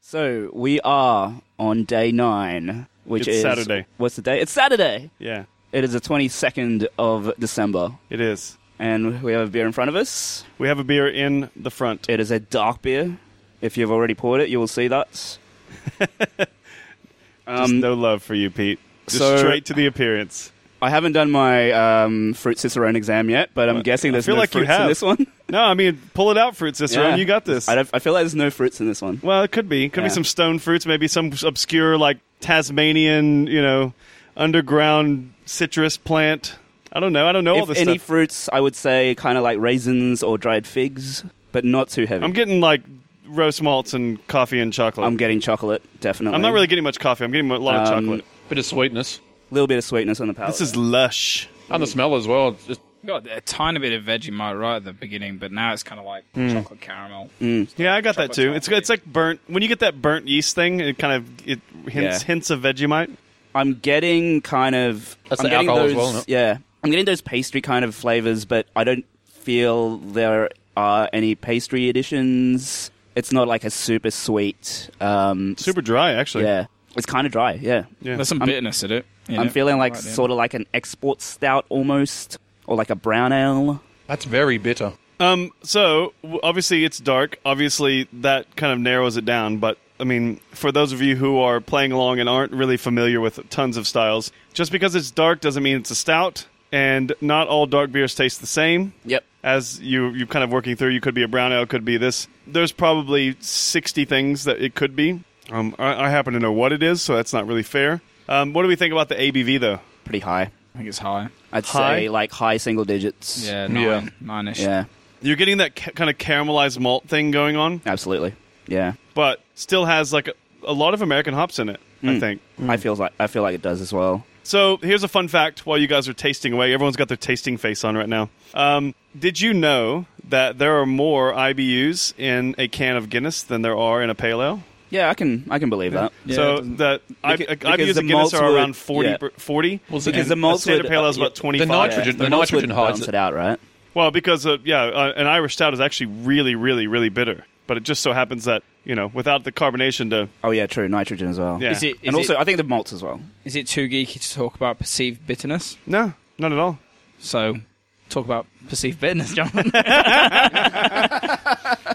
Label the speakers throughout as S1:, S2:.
S1: So we are on day nine, which
S2: It's
S1: is
S2: Saturday.
S1: What's the day? It's Saturday.
S2: Yeah,
S1: It is the twenty second of December,
S2: it is.
S1: and we have a beer in front of us.
S2: We have a beer in the front.
S1: It is a dark beer. If you've already poured it, you will see that.
S2: Just no love for you, Pete. Just
S1: Um, so-
S2: straight to the appearance.
S1: I haven't done my um, fruit cicerone exam yet, but I'm guessing there's
S2: feel
S1: no
S2: like you
S1: fruits in
S2: have.
S1: this one.
S2: No, I mean, pull it out, fruit cicerone. You got this.
S1: I, don't- I feel like there's no fruits in this one.
S2: Well, it could be. Could
S1: Yeah.
S2: be some stone fruits, maybe some obscure like Tasmanian, you know, underground citrus plant. I don't know. I don't know all
S1: If
S2: this
S1: any
S2: stuff.
S1: fruits, I would say kind of like raisins or dried figs, but not too heavy.
S2: I'm getting like roast malts and coffee and chocolate.
S1: I'm
S2: I'm,
S1: getting chocolate, definitely.
S2: not really getting much coffee. I'm getting a lot of
S1: Um,
S2: chocolate.
S3: Bit of sweetness.
S1: A little bit of sweetness on the palate.
S2: This is lush.
S3: And the smell as well. It's just-
S4: Got a tiny bit of Vegemite right at the beginning, but now it's kind of like
S1: Mm.
S4: chocolate caramel.
S2: Yeah, I got that
S4: Chocolate's
S2: too.
S4: not
S2: It's
S4: really-
S2: it's like burnt. When you get that burnt yeast thing, it kind of it hints
S1: Yeah.
S2: hints of Vegemite.
S1: I'm getting kind of.
S3: That's
S1: I'm
S3: the
S1: getting
S3: alcohol as
S1: those,
S3: well, isn't it?
S1: Yeah, I'm getting those pastry kind of flavors, but I don't feel there are any pastry additions. It's not like a super sweet. Um,
S2: Super dry, actually.
S1: Yeah, it's kind of dry. Yeah,
S2: Yeah.
S4: There's some bitterness in it. you
S1: I'm
S4: know,
S1: feeling like
S4: right there.
S1: sort of like an export stout almost, or like a brown ale.
S3: that's very bitter.
S2: Um. So w- obviously it's dark. Obviously that kind of narrows it down. But I mean, for those of you who are playing along and aren't really familiar with tons of styles, just because it's dark doesn't mean it's a stout. And not all dark beers taste the same.
S1: Yep.
S2: As you you kind of working through, you could be a brown ale, could be this. There's probably 60 things that it could be. Um, I, I happen to know what it is, so that's not really fair. Um, what do we think about the ABV though?
S1: Pretty high.
S4: I think it's high.
S1: I'd
S2: High?
S1: say like high single digits.
S4: Yeah, nine,
S3: Yeah.
S4: nine-ish.
S1: Yeah.
S2: You're getting that ca- kind of caramelized malt thing going on.
S1: Absolutely. Yeah.
S2: but still has like a, a lot of American hops in it.
S1: Hmm.
S2: I think.
S1: I feel like I feel like it does as well.
S2: So here's a fun fact: while you guys are tasting away, everyone's got their tasting face on right now. Um, did you know that there are more IBUs in a can of Guinness than there are in a pale ale?
S1: Yeah, I can I can believe that.
S4: Yeah, it
S2: so
S4: doesn't-
S2: that I,
S1: Because- because
S2: IBUs
S1: the
S2: in Guinness
S1: malts
S2: are
S1: would-
S2: around 40.
S1: yeah.
S2: per- 40
S3: Was
S1: Because
S3: and
S1: the malts
S2: standard
S1: would-
S2: pale ale is
S1: yeah,
S2: about 25.
S1: yeah,
S3: Nitrogen- the
S1: malts would
S3: nitrogen hides
S1: balance
S3: it.
S1: it out, right?
S2: Well, because uh, yeah, uh, an Irish stout is actually really, really, really bitter. But it just so happens that you know, without the carbonation to
S1: Oh yeah, true. Nitrogen as well.
S2: yeah,
S4: Is it-
S1: and also, I think the malts as well.
S4: Is it too geeky to talk about perceived bitterness?
S2: no, not at all.
S4: So, talk about perceived bitterness, John.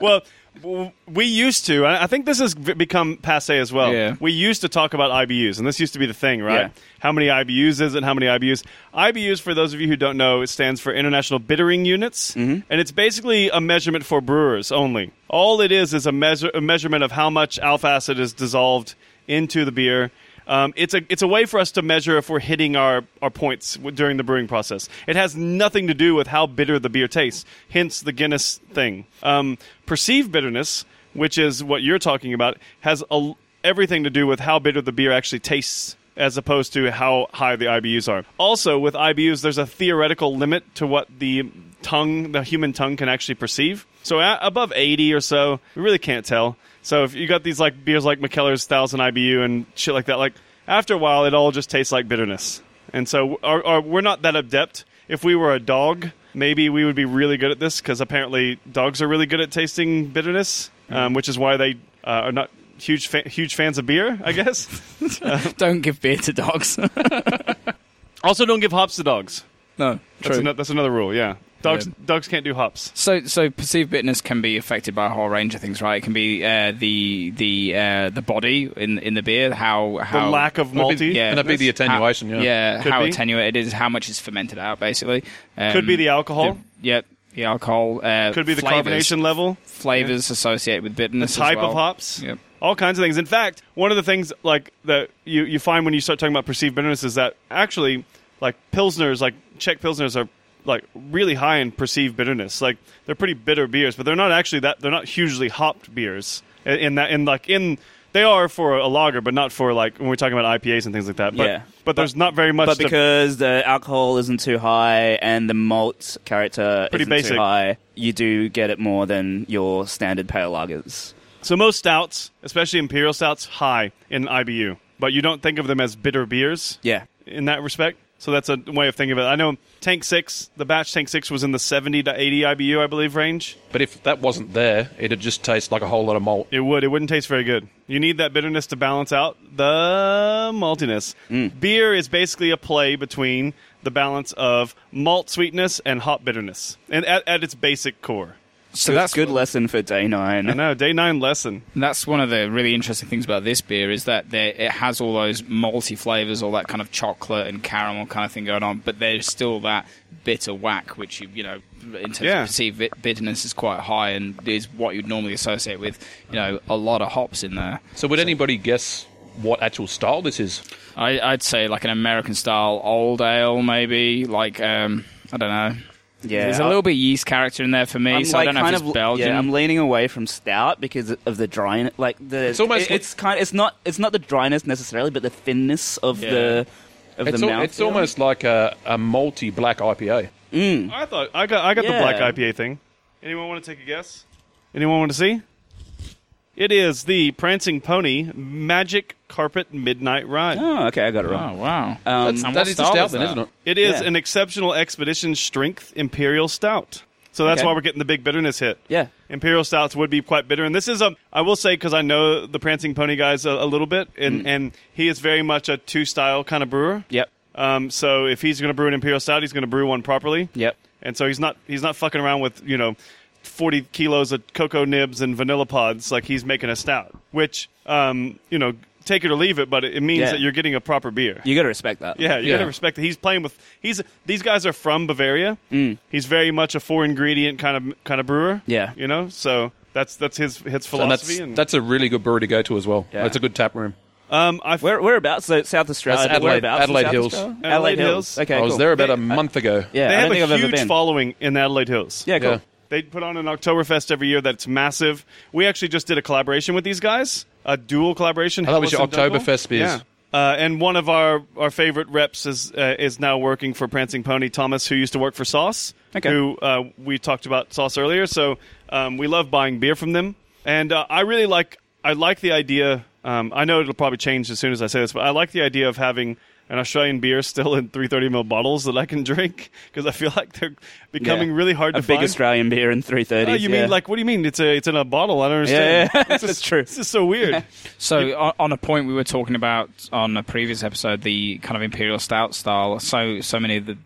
S2: well, w- we used to. and I think this has v- become passe as well.
S4: Yeah.
S2: We used to talk about IBUs, and this used to be the thing, right?
S1: Yeah.
S2: How many IBUs is it? How many IBUs? IBUs, for those of you who don't know, it stands for International Bittering Units, and it's basically a measurement for brewers only. All it is is a, measure, a measurement of how much alpha acid is dissolved into the beer. Um, it's a it's a way for us to measure if we're hitting our our points w- during the brewing process. It has nothing to do with how bitter the beer tastes. Hence the Guinness thing. Um, perceived bitterness, which is what you're talking about, has a l everything to do with how bitter the beer actually tastes, as opposed to how high the IBUs are. Also, with IBUs, there's a theoretical limit to what the tongue, the human tongue, can actually perceive. So a above 80 or so, we really can't tell. So if you got these like beers like McKellar's Thousand IBU and shit like that, like after a while, it all just tastes like bitterness. And so our, our, we're not that adept. If we were a dog, maybe we would be really good at this because apparently dogs are really good at tasting bitterness, um, which is why they uh, are not huge fa- huge fans of beer, I guess.
S4: Don't give beer to dogs.
S2: also, don't give hops to dogs.
S4: no,
S2: That's,
S4: true.
S2: ano- that's another rule. Yeah, dogs
S4: Yeah.
S2: dogs can't do hops.
S4: So, so perceived bitterness can be affected by a whole range of things, right? It can be uh, the the uh, the body in in the beer, how how
S2: the lack of
S3: that'd
S2: malty
S3: be,
S4: yeah.
S3: and that'd be the attenuation.
S4: how,
S3: yeah.
S2: Could
S4: how
S2: be.
S4: attenuated it is, how much is fermented out, basically. Um,
S2: could be the alcohol,
S4: the- yeah, the alcohol. Uh,
S2: could be the
S4: flavors,
S2: carbonation level.
S4: Flavors associated with bitterness. as
S2: type
S4: well.
S2: of hops,
S4: Yep.
S2: all kinds of things. In fact, one of the things like that you, you find when you start talking about perceived bitterness is that actually, like pilsners, like Czech pilsners are like really high in perceived bitterness. Like they're pretty bitter beers, but they're not actually that. They're not hugely hopped beers in, in that. In like in they are for a lager, but not for like when we're talking about IPAs and things like that. But,
S1: Yeah.
S2: but there's not very much.
S1: But
S2: to-
S1: because the alcohol isn't too high and the malt character
S2: Pretty
S1: isn't
S2: basic.
S1: too high, you do get it more than your standard pale lagers.
S2: So most stouts, especially imperial stouts, high in IBU, but you don't think of them as bitter beers
S1: Yeah.
S2: in that respect. So that's a way of thinking of it. I know Tank 6, the batch Tank 6 was in the 70 to 80 IBU, I believe, range.
S3: But if that wasn't there, it'd just taste like a whole lot of malt.
S2: It would. It wouldn't taste very good. You need that bitterness to balance out the maltiness. Beer is basically a play between the balance of malt sweetness and hop bitterness, and at, at its basic core.
S1: So that's good lesson for day
S2: I
S1: nine.
S2: know, day nine lesson.
S4: And that's one of the really interesting things about this beer is that there, it has all those malty flavors, all that kind of chocolate and caramel kind of thing going on, but there's still that bitter whack, which you you know in terms
S2: Yeah.
S4: of perceived bit- bitterness is quite high and is what you'd normally associate with you know a lot of hops in there.
S3: So would anybody guess what actual style this is?
S4: I, I'd say like an American style old ale, maybe like um, I don't know.
S1: Yeah,
S4: There's a
S1: I'll-
S4: little bit yeast character in there for me,
S1: I'm
S4: so I don't know if it's Belgian.
S1: Yeah, I'm leaning away from stout because of the dryness. Like the,
S3: It's almost-
S1: it's kind. It's not. It's not the dryness necessarily, but the thinness of
S4: Yeah.
S1: the of
S3: It's,
S1: the
S3: al-
S1: mouth.
S3: it's almost like a, a malty black IPA.
S2: I thought I got I got
S1: Yeah.
S2: the black IPA thing. Anyone want to take a guess? Anyone want to see? It is the Prancing Pony Magic Carpet Midnight Ride.
S1: Oh, okay, I got it
S4: oh
S1: wrong.
S4: wow!
S1: Um,
S4: And
S3: that
S4: what
S3: is a
S4: style
S3: stout,
S4: is
S3: then,
S4: that?
S3: isn't it?
S2: It is
S1: Yeah.
S2: an exceptional expedition strength imperial stout. So that's
S1: Okay.
S2: why we're getting the big bitterness hit.
S1: Yeah.
S2: Imperial stouts would be quite bitter, and this is a. I will say because I know the Prancing Pony guys a, a little bit,
S1: Mm.
S2: and and he is very much a two style kind of brewer.
S1: Yep.
S2: Um. So if he's going to brew an imperial stout, he's going to brew one properly.
S1: Yep.
S2: And so he's not he's not fucking around with you know. 40 kilos of cocoa nibs and vanilla pods like he's making a stout which um, you know take it or leave it but it it means
S1: Yeah.
S2: that you're getting a proper beer
S1: You got to respect that.
S2: yeah, you
S3: Yeah.
S2: gotta respect that. He's playing with he's these guys are from Bavaria. Mm. He's very much a four ingredient kind of kind of brewer.
S1: Yeah.
S2: you know, so that's that's his his
S3: And
S2: philosophy.
S3: that's,
S2: And
S3: that's a really good brewery to go to as well.
S1: Yeah.
S3: It's a good tap room.
S2: um, I
S1: Where, whereabouts? So South Australia.
S3: That's Adelaide-
S1: whereabouts in
S3: Adelaide
S1: South
S3: Hills.
S1: Australia?
S2: Adelaide Hills.
S1: Okay,
S3: I was
S1: cool.
S3: there about
S2: They-
S3: a month ago.
S1: Yeah,
S2: they
S1: I
S2: have
S1: don't think
S2: a
S1: I've ever
S2: huge
S1: been.
S2: following in Adelaide Hills.
S1: Yeah, cool.
S3: Yeah.
S2: They put on an Oktoberfest every year that's massive. We actually just did a collaboration with these guys, a dual collaboration.
S3: Oh, that was your
S2: Hellas and Dunkel.
S3: Oktoberfest beers.
S2: Yeah. Uh, and one of our, our favorite reps is uh, is now working for Prancing Pony, Thomas, who used to work for Sauce,
S1: Okay.
S2: who uh, we talked about Sauce earlier. So um, we love buying beer from them, and uh, I really like I like the idea. Um, I know it'll probably change as soon as I say this, but I like the idea of havhaving an Australian beer still in 330 ml bottles that I can drink because I feel like they're
S1: Yeah.
S2: becoming really hard
S1: a
S2: to
S1: big
S2: find.
S1: Australian beer in 330s.
S2: Oh, you
S1: yeah.
S2: mean like what do you mean? It's a it's in a bottle. I don't
S1: Yeah,
S2: understand.
S1: yeah.
S2: It's
S1: That's
S2: just,
S1: true.
S2: It's just so weird.
S4: So on, on a point we were talking about on a previous episode, the kind of imperial stout style. So so many of the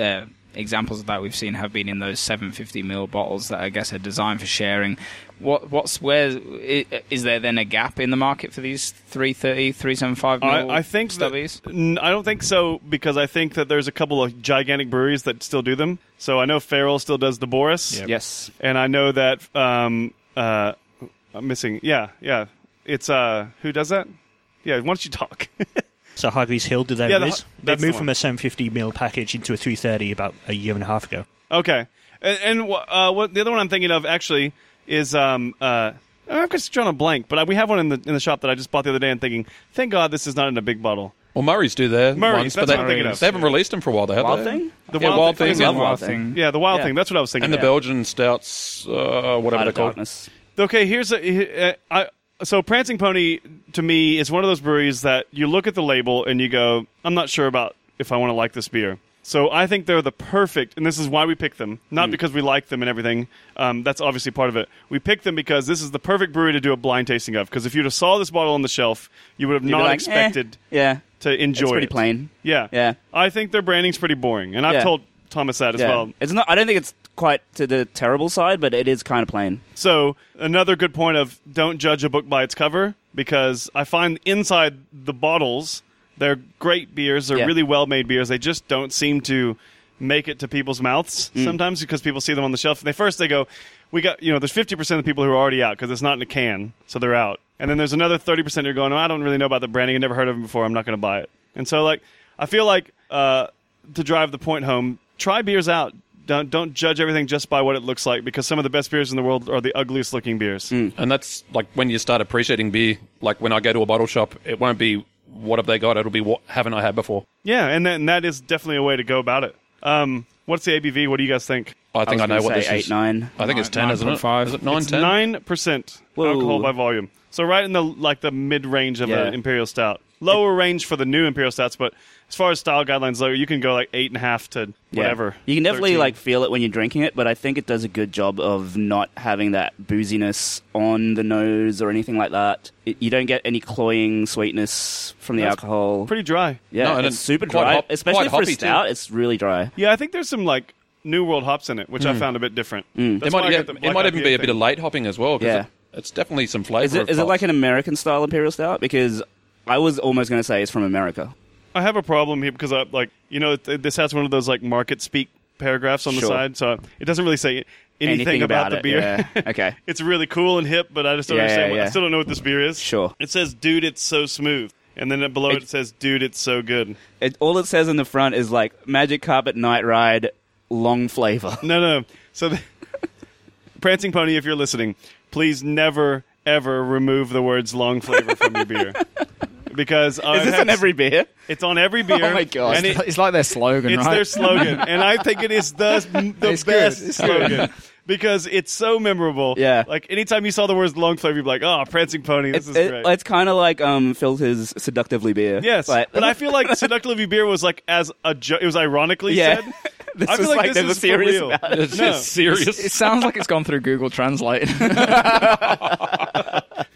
S4: uh, examples of that we've seen have been in those 750 ml bottles that I guess are designed for sharing. What what's where i- is there then a gap in the market for these 330, 375 ml
S2: I, I think that,
S4: stubbies?
S2: N- I don't think so because I think that there's a couple of gigantic breweries that still do them. So I know Farrell still does the Boris.
S1: Yes.
S2: And I know that um uh I'm missing. Yeah, yeah. It's uh who does that? Yeah, why don't you talk?
S5: So Hargreaves Hill did that.
S2: Yeah,
S5: Yeah,
S2: the-
S5: they
S2: that's the
S5: moved
S2: one.
S5: from a 750 mil package into a 330 about a year and a half ago.
S2: okay. And, and wh- uh, what the other one I'm thinking of actually is um uh I'm just drawing a blank, but I, we have one in the in the shop that I just bought the other day. and thinking, thank God this is not in a big bottle.
S3: Well, Murray's do their
S2: Murray's,
S3: ones,
S2: that's
S3: but they,
S2: what I'm thinking of.
S3: they haven't released them for a while. They have
S1: Wild
S3: they?
S1: Thing?
S2: The
S3: Yeah, Wild Thing.
S1: Wild
S4: Wild
S1: Thing.
S4: Thing.
S2: Yeah, the wild
S1: Yeah.
S2: thing. That's what I was thinking.
S3: And
S2: of.
S3: the Belgian stouts, uh, whatever
S1: Out
S3: they're
S1: of
S3: called.
S1: darkness.
S2: Okay, here's a. Uh, I, so Prancing Pony to me is one of those breweries that you look at the label and you go, I'm not sure about if I want to like this beer. So I think they're the perfect, and this is why we pick them.
S1: Hmm.
S2: Not because we like them and everything. Um, that's obviously part of it. We pick them because this is the perfect brewery to do a blind tasting of. Because if you'd have saw this bottle on the shelf, you would have
S1: You'd
S2: not
S1: be like, eh,
S2: expected
S1: yeah.
S2: to enjoy.
S1: It's pretty
S2: it.
S1: plain.
S2: Yeah,
S1: Yeah.
S2: I think their branding's pretty boring, and I've
S1: Yeah.
S2: told Thomas that as
S1: Yeah.
S2: well.
S1: it's not. I don't think it's quite to the terrible side, but it is kind of plain.
S2: So another good point of don't judge a book by its cover because I find inside the bottles they're great beers, they're
S1: Yeah.
S2: really well made beers. They just don't seem to make it to people's mouths sometimes because people see them on the shelf and they first they go, we got you know there's 50 percent of the people who are already out because it's not in a can, so they're out. And then there's another 30 percent who are going, oh, I don't really know about the branding, I never heard of them before, I'm not going to buy it. And so like I feel like uh, to drive the point home, try beers out. Don't don't judge everything just by what it looks like because some of the best beers in the world are the ugliest looking beers.
S3: And that's like when you start appreciating beer. Like when I go to a bottle shop, it won't be what have they got. It'll be what haven't I had before.
S2: Yeah, and then that is definitely a way to go about it. Um, what's the ABV? What do you guys think?
S3: I think I,
S1: was
S3: know
S1: gonna
S3: what
S1: say
S3: this
S1: eight,
S3: is.
S1: nine.
S2: Uh,
S3: I think it's ten,
S4: Nine-
S3: isn't it?
S4: 9.5.
S3: Is it nine,
S2: It's
S3: ten?
S2: nine percent
S1: Whoa.
S2: alcohol by volume, so right in the like the mid range of
S1: Yeah.
S2: an imperial stout. lower range for the new imperial stouts, but as far as style guidelines, low, you can go like eight and a half to
S1: Yeah.
S2: whatever.
S1: You can definitely
S2: 13.
S1: like feel it when you're drinking it, but I think it does a good job of not having that booziness on the nose or anything like that. It, you don't get any cloying sweetness from the
S2: That's
S1: alcohol.
S2: pretty dry.
S1: yeah,
S3: No, and
S1: it's
S3: it's
S1: super
S3: quite
S1: dry,
S3: hop-
S1: especially
S3: quite
S1: for a
S3: hoppy, too.
S1: stout. It's really dry.
S2: Yeah, I think there's some like New World hops in it, which I found a bit different.
S3: Hmm. It
S2: That's why
S3: might,
S2: I
S3: yeah,
S2: got the
S3: it
S2: black
S3: might even
S2: IPA
S3: be a
S2: thing.
S3: bit of light hopping as well. 'cause
S1: Yeah.
S3: it- it's definitely some flavor.
S1: Is it
S3: of
S1: is it
S3: hops.
S1: like an American style imperial stout? Because I was almost going to say it's from America.
S2: I have a problem here because I like you know th- this has one of those like market speak paragraphs on the
S1: Sure.
S2: side, so it doesn't really say anything, about, the
S1: it,
S2: beer.
S1: yeah. okay.
S2: it's really cool and hip, but I just don't
S1: Yeah,
S2: understand.
S1: yeah,
S2: what-
S1: yeah.
S2: I still don't know what this beer is.
S1: Sure.
S2: It says, "Dude, it's so smooth," and then below it,
S1: It-
S2: says, "Dude, it's so good."
S1: It, all it says in the front is like Magic Carpet Night Ride, long flavor.
S2: No, no. So, the, Prancing Pony, if you're listening, please never ever remove the words "long flavor" from your beer because I
S1: Is this
S2: have-
S1: in every beer?
S2: It's on every beer.
S1: Oh my God.
S2: and it-
S4: it's like their slogan,
S2: It's
S4: right?
S2: their slogan, and I think it is the the
S4: It's good.
S2: best
S4: It's
S2: slogan because it's so memorable.
S1: Yeah.
S2: like anytime you saw the words "long flavor," you'd be like, "Oh, prancing pony, this is
S1: It-
S2: great."
S1: It's kind of like um, filters seductively beer.
S2: yes,
S1: Like-
S2: but I feel like seductively beer was like as a joke. It was ironically
S1: Yeah.
S2: said.
S1: This
S2: I feel
S1: was
S2: like,
S1: like
S2: this
S1: they were
S2: is
S1: serious
S2: for real.
S1: about
S3: It's
S2: No.
S3: just serious.
S4: It sounds like it's gone through Google Translate.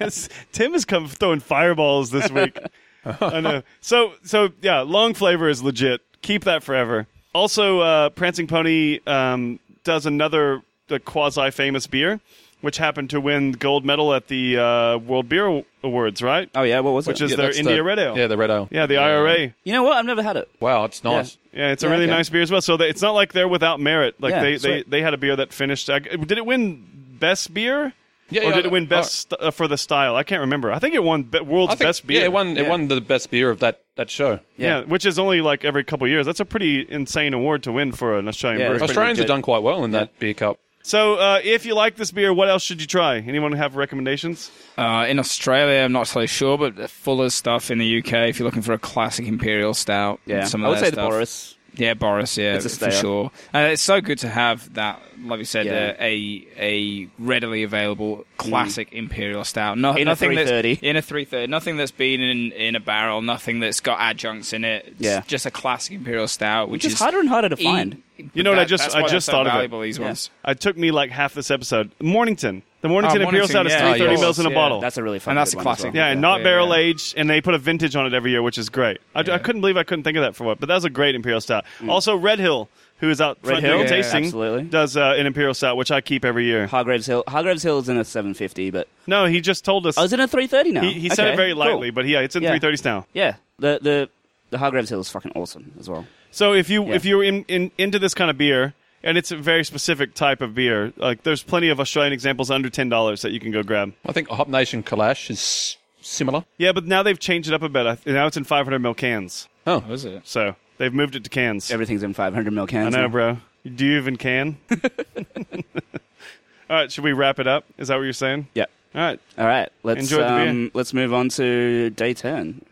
S2: Yes. Tim has come throwing fireballs this week. I know. So so yeah, long flavor is legit. Keep that forever. Also, uh, Prancing Pony um, does another quasi famous beer, which happened to win gold medal at the uh, World Beer Awards, right?
S1: oh yeah, what was
S2: Which
S1: it?
S2: is their
S3: that's
S2: India
S3: the-
S2: Red Ale.
S3: Yeah, the red ale.
S2: Yeah, the IRA.
S1: you know what? I've never had it.
S3: Wow, it's nice.
S2: Yeah, it's a
S1: Yeah,
S2: really
S1: okay.
S2: nice beer as well. So they, it's not like they're without merit. Like
S1: Yeah,
S2: they, they,
S1: sweet.
S2: they had a beer that finished. Uh, did it win best beer?
S3: Yeah,
S2: or
S3: yeah,
S2: did it win
S3: uh,
S2: best uh, for the style? I can't remember. I think it won be- world's
S3: I think-
S2: best beer.
S3: Yeah, it won. It
S1: Yeah.
S3: won the best beer of that that show.
S2: Yeah.
S1: Yeah.
S2: which is only like every couple of years. That's a pretty insane award to win for an Australian
S1: Yeah,
S2: brewery.
S1: that's pretty
S3: Australians have
S1: legit.
S3: done quite well in that beer cup.
S2: So, uh, if you like this beer, what else should you try? Anyone have recommendations?
S4: Uh, in Australia, I'm not so sure, but the Fuller's stuff in the UK, if you're looking for a classic imperial stout,
S1: Yeah,
S4: some of
S1: I would
S4: their
S1: say the
S4: stuff.
S1: Boris.
S4: Yeah, Boris. Yeah,
S1: It's a
S4: for
S1: stayer.
S4: sure. And it's so good to have that, like we said,
S1: Yeah.
S4: uh, a a readily available classic imperial stout. No,
S1: Mm. In a
S4: nothing that's-
S1: 330.
S4: in a three thirty. Nothing that's been in in a barrel. Nothing that's got adjuncts in it. It's
S1: Yeah.
S4: just a classic imperial stout, which,
S1: Which is
S4: is
S1: harder and harder to
S4: e-
S1: find.
S2: You know what I
S4: that-
S2: just-
S4: that's
S2: I
S4: why
S2: just
S4: they're so
S2: thought of it.
S4: valuable, These
S1: Yeah.
S4: ones.
S2: It took me like half this episode. Mornington. The Mornington
S4: Oh,
S2: Imperial
S4: Mornington,
S2: Stout is
S4: yeah.
S2: 330
S3: Oh,
S2: mils in a
S4: yes.
S2: bottle.
S1: That's a really fun.
S4: And that's
S1: good
S4: a
S1: one as
S4: classic.
S1: well.
S2: yeah, and not
S4: Yeah.
S2: barrel aged, and they put a vintage on it every year, which is great. I, I couldn't believe I couldn't think of that for what, but that was a great Imperial Stout. Also, Red Hill, who is out front
S1: Mm. Hill?
S2: doing
S1: Yeah,
S2: tasting,
S1: absolutely.
S2: does uh, an Imperial Stout, which I keep every year.
S1: Hargraves Hill. Hargraves Hill is in a 750, but
S2: No, he just told us.
S1: I was in a 330 now.
S2: he he said
S1: Oh, Okay,
S2: it very lightly,
S1: cool.
S2: but yeah, it's in
S1: Yeah.
S2: 330s now.
S1: yeah, the the the Hargraves Hill is fucking awesome as well.
S2: So if you
S1: Yeah.
S2: if you're in, in into this kind of beer, and it's a very specific type of beer, like there's plenty of Australian examples under ten dollars that you can go grab.
S3: I think Hop Nation Kalash is similar.
S2: Yeah, but now they've changed it up a bit. I th- Now it's in 500 ml cans,
S3: Oh,
S4: Was it?
S2: so they've moved it to cans.
S1: Everything's in 500 ml
S2: I
S1: cans.
S2: know,
S1: now.
S2: bro. Do you even can? All right, should we wrap it up? Is that what you're saying?
S1: Yeah.
S2: All right.
S1: All right. Let's
S2: Enjoy the beer.
S1: um, let's move on to day 10.